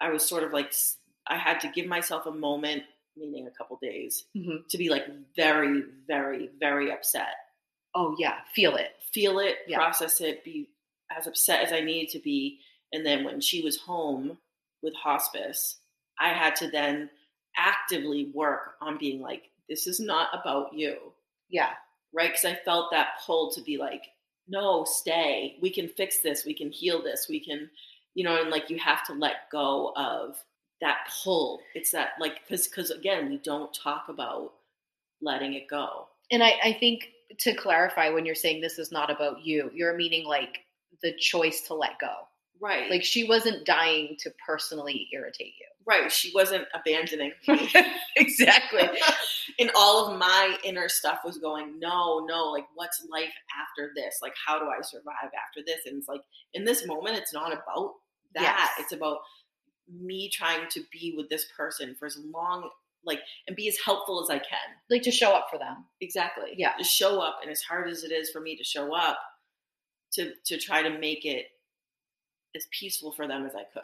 I was sort of like, s- I had to give myself a moment, meaning a couple days,
Mhm.
to be like very, very, very upset.
Oh, yeah, feel it.
feel it,
Yeah.
process it, be as upset as I needed to be. And then when she was home with hospice, I had to then actively work on being like, this is not about you,
Yeah.
right? Because I felt that pull to be like, no, stay. We can fix this. We can heal this. We can, you know, and like you have to let go of that pull. It's that like, because, because again, we don't talk about letting it go.
And I, I think to clarify, when you're saying this is not about you, you're meaning like the choice to let go.
Right.
Like she wasn't dying to personally irritate you.
right. She wasn't abandoning
exactly.
and all of my inner stuff was going, no, no, like what's life after this? Like how do I survive after this? And it's like in this moment, it's not about that.
Yes.
It's about me trying to be with this person for as long, like, and be as helpful as I can.
Like to show up for them.
Exactly.
Yeah.
Just show up, and as hard as it is for me to show up, to to try to make it as peaceful for them as I could.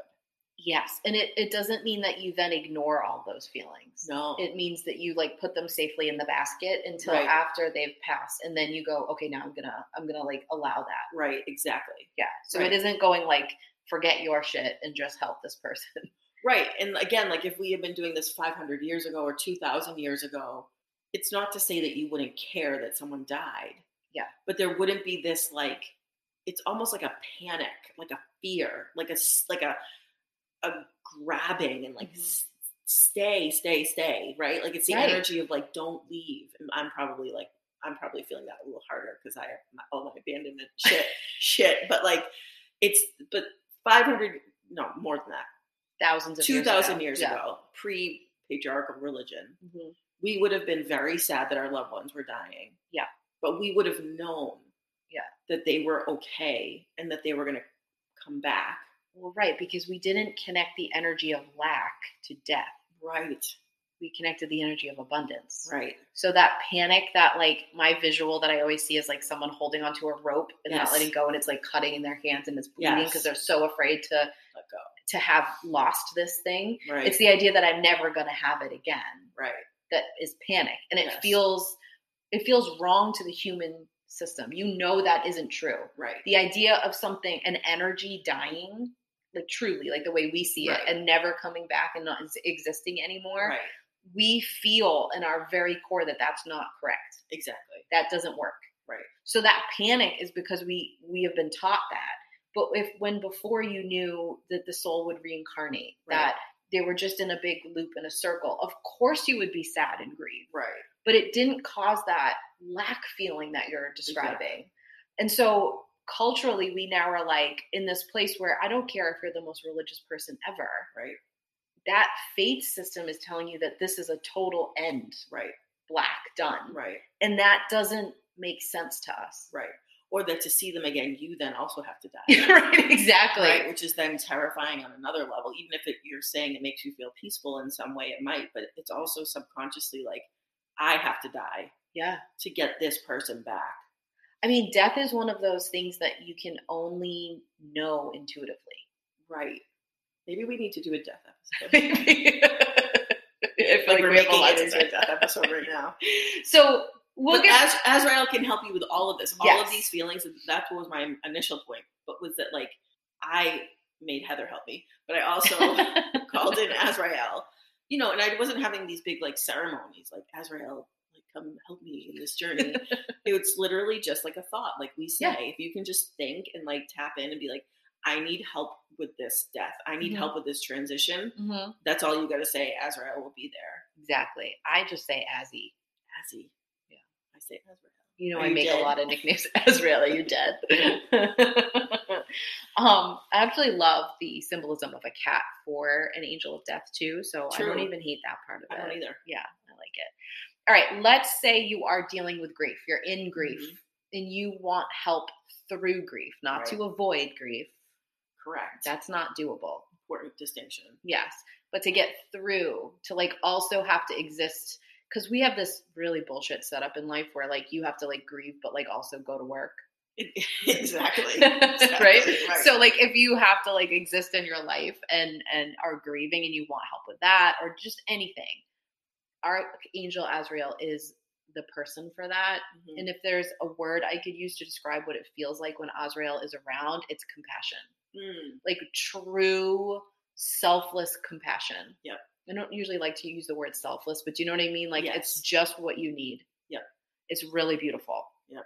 Yes. And it, it doesn't mean that you then ignore all those feelings.
No.
It means that you like put them safely in the basket until
Right.
after they've passed. And then you go, okay, now I'm gonna I'm gonna like allow that.
right. Exactly.
Yeah. So
Right.
it isn't going like forget your shit and just help this person.
Right. And again, like if we had been doing this 500 years ago or 2,000 years ago, it's not to say that you wouldn't care that someone died.
Yeah.
But there wouldn't be this like, it's almost like a panic, like a fear, like a s- like a a grabbing and like
Mhm.
s- stay, stay, stay, right? Like it's the
Right.
energy of like don't leave. And I'm probably like I'm probably feeling that a little harder because I have my, all my abandonment shit, shit. But like it's but 500 no more than that
Thousands of
two thousand years
Yeah.
ago, pre patriarchal religion,
Mhm.
we would have been very sad that our loved ones were dying.
Yeah.
but we would have known.
Yeah.
that they were okay and that they were going to come back.
Well, right, because we didn't connect the energy of lack to death.
Right.
We connected the energy of abundance.
Right.
So that panic, that like my visual that I always see is like someone holding onto a rope and
Yes.
not letting go, and it's like cutting in their hands and it's bleeding
Yes.
because they're so afraid to
Let go.
to have lost this thing.
Right.
It's the idea that I'm never going to have it again
right.
that is panic, and it
Yes.
feels it feels wrong to the human system. You know that isn't true.
Right.
The idea of something, an energy dying, like truly, like the way we see
Right.
it, and never coming back and not ex- existing anymore.
Right.
We feel in our very core that that's not correct.
Exactly.
That doesn't work.
Right.
So that panic is because we we have been taught that. But if when before you knew that the soul would reincarnate,
Right.
that they were just in a big loop in a circle, of course you would be sad and grieved.
Right.
But it didn't cause that lack feeling that you're describing.
Exactly.
And so culturally we now are like in this place where I don't care if you're the most religious person ever.
Right.
That faith system is telling you that this is a total end,
Right.
black done.
Right.
And that doesn't make sense to us.
Right. Or that to see them again, you then also have to die.
right, exactly.
Right, which is then terrifying on another level. Even if it, you're saying it makes you feel peaceful in some way, it might, but it's also subconsciously like, I have to die
Yeah.
to get this person back.
I mean, death is one of those things that you can only know intuitively.
Right. Maybe we need to do a death episode.
I feel
like, we're
we have a
making
lot
it
to
into
say.
a death episode right now.
So we'll
But
get
Az- Azrael can help you with all of this, all
Yes.
of these feelings. and That's what was my initial point, but was that like I made Heather help me, but I also called in Azrael, you know, and I wasn't having these big like ceremonies like Azrael, like come help me in this journey. it was literally just like a thought, like we say,
Yeah.
if you can just think and like tap in and be like, I need help with this death. I need
Mhm.
help with this transition.
Mhm.
That's all you got to say. Azrael will be there.
exactly. I just say Azzy.
Azzy. Yeah. I say Azrael.
You know,
Are
I
you
make a
dead?
lot of nicknames. Azrael, are you dead? um, I absolutely love the symbolism of a cat for an angel of death too. So I don't
True.
even hate that part of
I
it.
don't either.
Yeah, I like it. All right, let's say you are dealing with grief. You're in grief
Mhm.
and you want help through grief, not to avoid grief.
Correct.
That's not doable.
important distinction.
Yes, but to get through, to like also have to exist cuz we have this really bullshit setup in life where like you have to like grieve but like also go to work.
exactly.
right? So like if you have to like exist in your life and and are grieving and you want help with that or just anything, Archangel Azrael is the person for that.
Mhm.
And if there's a word I could use to describe what it feels like when Azrael is around, it's compassion.
Mm,
Like true selfless compassion.
Yep.
I don't usually like to use the word selfless, but do you know what I mean? Like it's
Yes.
just what you need.
Yep.
It's really beautiful.
Yep.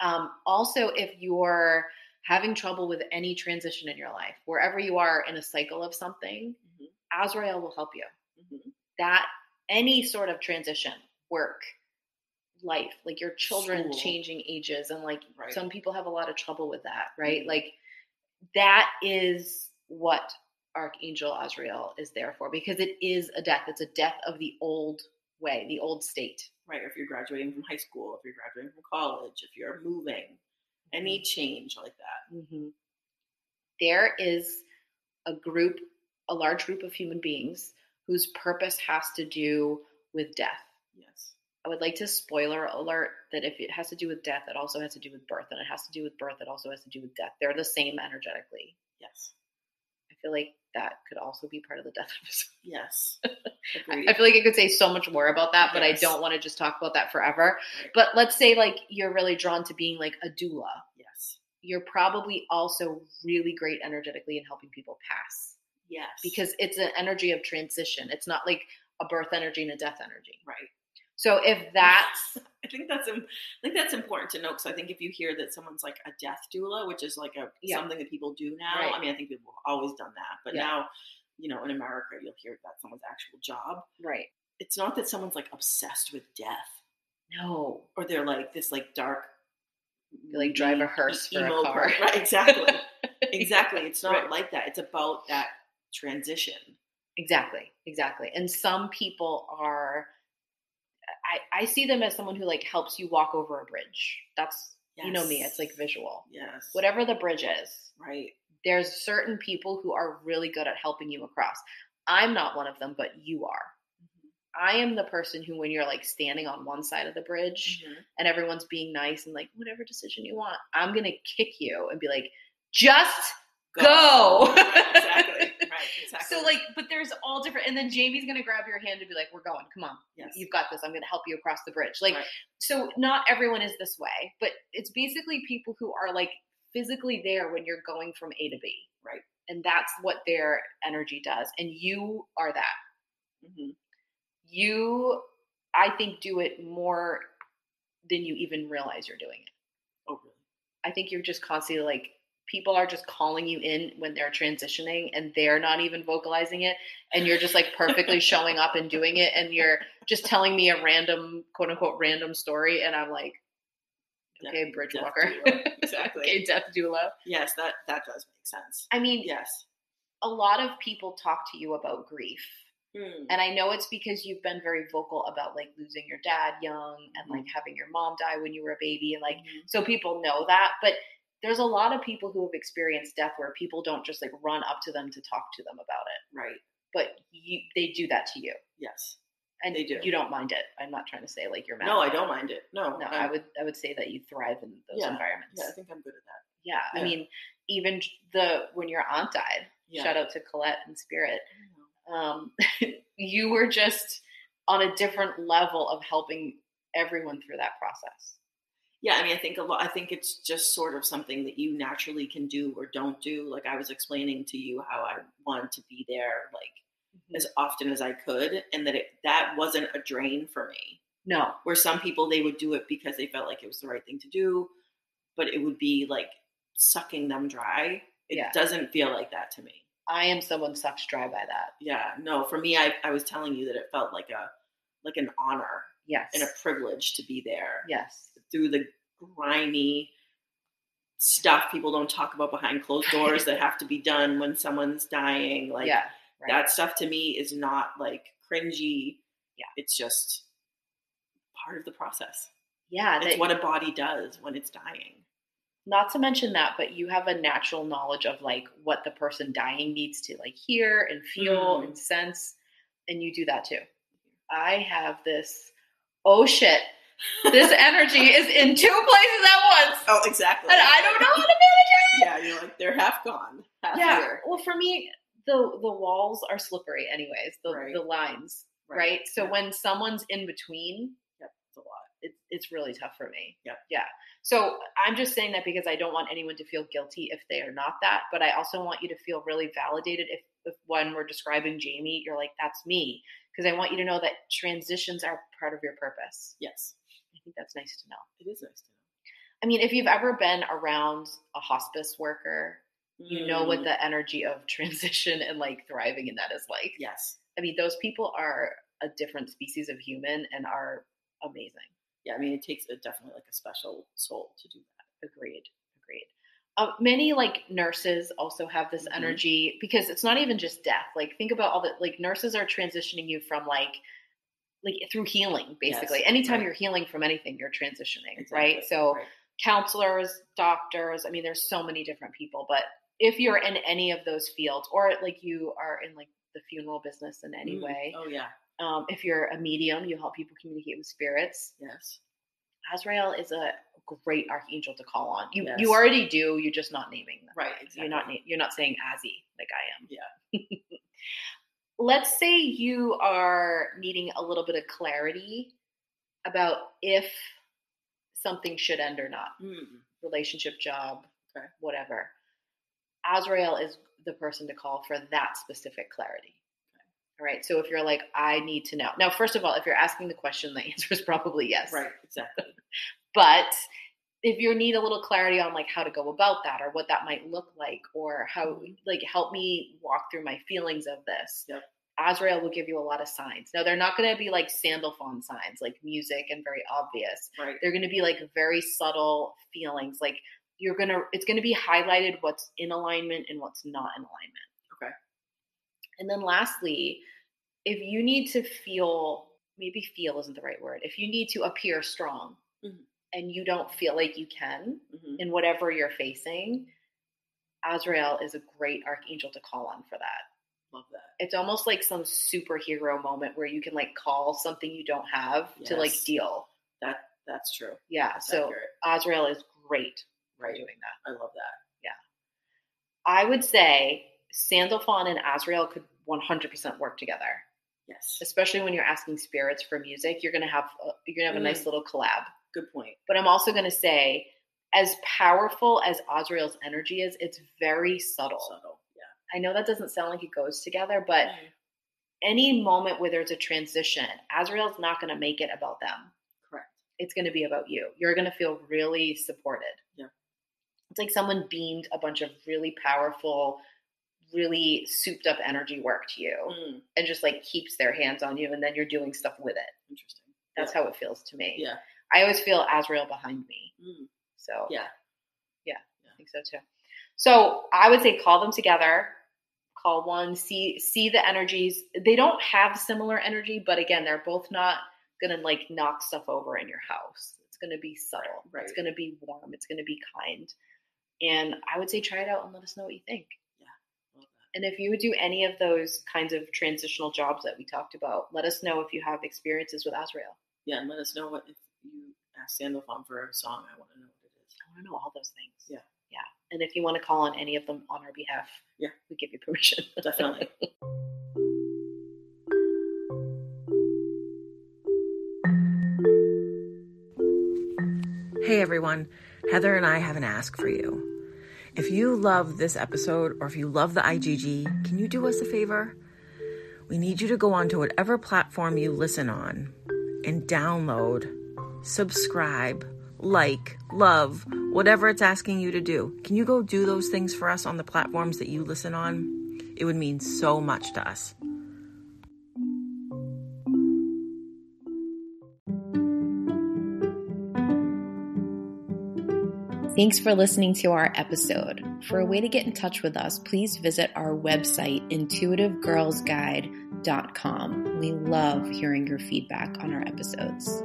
Um, also, if you're having trouble with any transition in your life, wherever you are in a cycle of something,
mhm,
Azrael will help you
mhm.
that any sort of transition, work, life, like your children
School.
changing ages, and like
Right.
some people have a lot of trouble with that, right?
Mhm.
Like that is what Archangel Azrael is there for because it is a death. It's a death of the old way, the old state.
Right. If you're graduating from high school, if you're graduating from college, if you're moving,
Mm-hmm.
any change like that.
There is a group, a large group of human beings whose purpose has to do with death.
Yes.
I would like to spoiler alert that if it has to do with death, it also has to do with birth, and it has to do with birth, it also has to do with death. They're the same energetically.
Yes.
I feel like that could also be part of the death episode.
Yes. Agreed.
I I feel like I could say so much more about that, but
Yes.
I don't want to just talk about that forever.
Right.
But let's say like you're really drawn to being like a doula.
yes.
You're probably also really great energetically in helping people pass
Yes.
because it's an energy of transition. It's not like a birth energy and a death energy.
right.
So if that's
I think that's im- I think that's important to note because I think if you hear that someone's like a death doula, which is like a
Yeah.
something that people do now.
Right.
I mean, I think people have always done that, but
Yeah.
now, you know, in America, you'll hear that's someone's actual job.
right,
It's not that someone's like obsessed with death.
no,
or they're like this like dark
They, like, drive a
moody,
hearse for a
E-, emo
car.
person. right exactly exactly it's not
Right.
like that it's about that transition
Exactly, exactly. And some people are I, I see them as someone who like helps you walk over a bridge. That's you know me, it's like
Yes.
visual.
yes
Whatever the bridge is,
right
there's certain people who are really good at helping you across. I'm not one of them, but you are. I am the person who, when you're like standing on one side of the bridge and everyone's being nice and like, whatever decision you want, I'm going to kick you and be like, just Go.
Right, exactly. Right. Exactly.
so, like, but there's all different. And then Jamie's going to grab your hand and be like, we're going. Come on.
yes.
You've got this. I'm going to help you across the bridge. Like,
Right.
so not everyone is this way, but it's basically people who are like physically there when you're going from A to B.
Right.
And that's what their energy does. And you are that.
Mhm.
You, I think, do it more than you even realize you're doing it.
Oh, really?
I think you're just constantly like, people are just calling you in when they're transitioning and they're not even vocalizing it. And you're just like perfectly showing up and doing it. And you're just telling me a random, quote unquote, random story. And I'm like,
Yeah,
okay,
Death
Bridgewalker.
duo. Exactly.
okay, death doula.
Yes, that that does make sense.
I mean,
Yes.
a lot of people talk to you about grief.
Hmm.
And I know it's because you've been very vocal about like losing your dad young and
Mm.
like having your mom die when you were a baby. And like,
Mhm.
so people know that. But there's a lot of people who have experienced death where people don't just like run up to them to talk to them about it,
right.
but you, they do that to you.
Yes.
And
They do.
you don't mind it. I'm not trying to say like you're mad.
No, I don't mind it. No,
No,
I'm-
I would I would say that you thrive in those
Yeah.
environments.
Yeah, I think I'm good at that.
Yeah, I
Yeah.
mean, even the when your aunt died,
Yeah.
shout out to Colette and Spirit. Um, you were just on a different level of helping everyone through that process.
Yeah, I mean, I think a lot. I think it's just sort of something that you naturally can do or don't do. Like I was explaining to you how I wanted to be there, like
Mm.
as often as I could, and that it that wasn't a drain for me.
No,
Where some people they would do it because they felt like it was the right thing to do, but it would be like sucking them dry. It
Yeah.
doesn't feel like that to me.
I am someone sucked dry by that.
Yeah, no, for me, I, I was telling you that it felt like a like an honor
Yes.
and a privilege to be there
yes.
through the grimy stuff people don't talk about behind closed doors that have to be done when someone's dying. Like
yeah. Right.
that stuff to me is not like cringy.
Yeah.
It's just part of the process.
yeah.
It's
That,
what a body does when it's dying.
not to mention that, but you have a natural knowledge of like what the person dying needs to like hear and feel
Mhm.
and sense, and you do that too. I have this. Oh shit! This energy is in two places at once.
Oh, exactly.
and I don't know how to manage
Yeah, you're like they're half gone, half
it. Yeah.
here.
Well, for me, the the walls are slippery, anyways. The
Right.
the lines, right? So
Yeah.
when someone's in between,
Yep, it's a lot.
it's it's really tough for me.
Yep.
Yeah. So I'm just saying that because I don't want anyone to feel guilty if they are not that, but I also want you to feel really validated if, if when we're describing Jamie, you're like, that's me. Because I want you to know that transitions are part of your purpose.
Yes,
I think that's nice to know.
it is nice to
I mean, if you've ever been around a hospice worker
know.
you know what
Mm,
the energy of transition and like thriving in that is like.
Yes.
I mean, those people are a different species of human and are amazing.
Yeah, I mean it takes a definitely like a special soul to do that.
Agreed. Agreed. Uh, many like nurses also have this
Mhm.
energy because it's not even just death. Like, think about all the like nurses are transitioning you from like like through healing basically.
Yes,
Anytime
right.
you're healing from anything, you're transitioning,
Exactly,
right? So counselors, doctors. I mean, there's so many different people, but if you're in any of those fields, or like you are in like the funeral business in any
Mm,
way,
Oh yeah.
um, if you're a medium, you help people communicate with spirits.
Yes.
Azrael is a great archangel to call on. You
Yes.
you already do. You're just not naming them.
Right. Exactly.
You're not na- you're not saying Azzy like I am.
Yeah.
Let's say you are needing a little bit of clarity about if something should end or not
Mm.
relationship, job,
Okay.
whatever. Azrael is the person to call for that specific clarity. All right. So if you're like, I need to know. Now, first of all, if you're asking the question, the answer is probably yes.
Right. Exactly.
But if you need a little clarity on like how to go about that or what that might look like or how like help me walk through my feelings of this.
Mm-hmm. Yep.
Azrael will give you a lot of signs. Now they're not going to be like sandalphon signs, like music and very obvious
Right.
they're going to be like very subtle feelings like you're going to it's going to be highlighted what's in alignment and what's not in alignment
Okay.
and then lastly if you need to feel maybe feel isn't the right word if you need to appear strong
Mhm.
and you don't feel like you can
Mhm.
in whatever you're facing Azrael is a great archangel to call on for that.
Love that.
It's almost like some superhero moment where you can like call something you don't have to like
Yes.
deal.
That that's true.
Yeah.
That's
so
accurate.
Azrael is great for
Right.
doing that.
I love that.
I would say Sandalphon and Azrael could 100% work together,
Yes.
especially when you're asking spirits for music. You're gonna have a, you're gonna have a nice
Mm.
little collab.
Good point.
But I'm also gonna say, as powerful as Azrael's energy is, it's very subtle.
Subtle. Yeah. Mm-hmm.
I know that doesn't sound like it goes together, but any moment where there's a transition, Azrael's not going to make it about them.
Correct.
It's going to be about you. You're going to feel really supported.
Yeah.
It's like someone beamed a bunch of really powerful, really souped up energy work to you
Mm,
and just like keeps their hands on you and then you're doing stuff with it.
interesting.
That's
Yeah.
how it feels to me.
Yeah.
I always feel Azrael behind me.
Mm,
So
yeah.
I think so too. So I would say call them together. Call one, see see the energies. They don't have similar energy, but again, they're both not gonna like knock stuff over in your house. It's gonna be subtle.
Right,
It's
right.
gonna be warm. It's gonna be kind. And I would say try it out and let us know what you think.
Love that.
And if you would do any of those kinds of transitional jobs that we talked about, let us know if you have experiences with Azrael.
Yeah. And let us know what if you ask Sandalphon for a song. I want to know what it is.
I want to know all those things.
Yeah.
Yeah. And if you want to call on any of them on our behalf,
Yeah.
we give you permission.
Definitely.
Hey everyone, Heather and I have an ask for you. If you love this episode or if you love the IGG, can you do us a favor? We need you to go onto whatever platform you listen on and download, subscribe, like, love, whatever it's asking you to do. Can you go do those things for us on the platforms that you listen on? It would mean so much to us.
Thanks for listening to our episode. For a way to get in touch with us, please visit our website, intuitivegirlsguide.com. We love hearing your feedback on our episodes.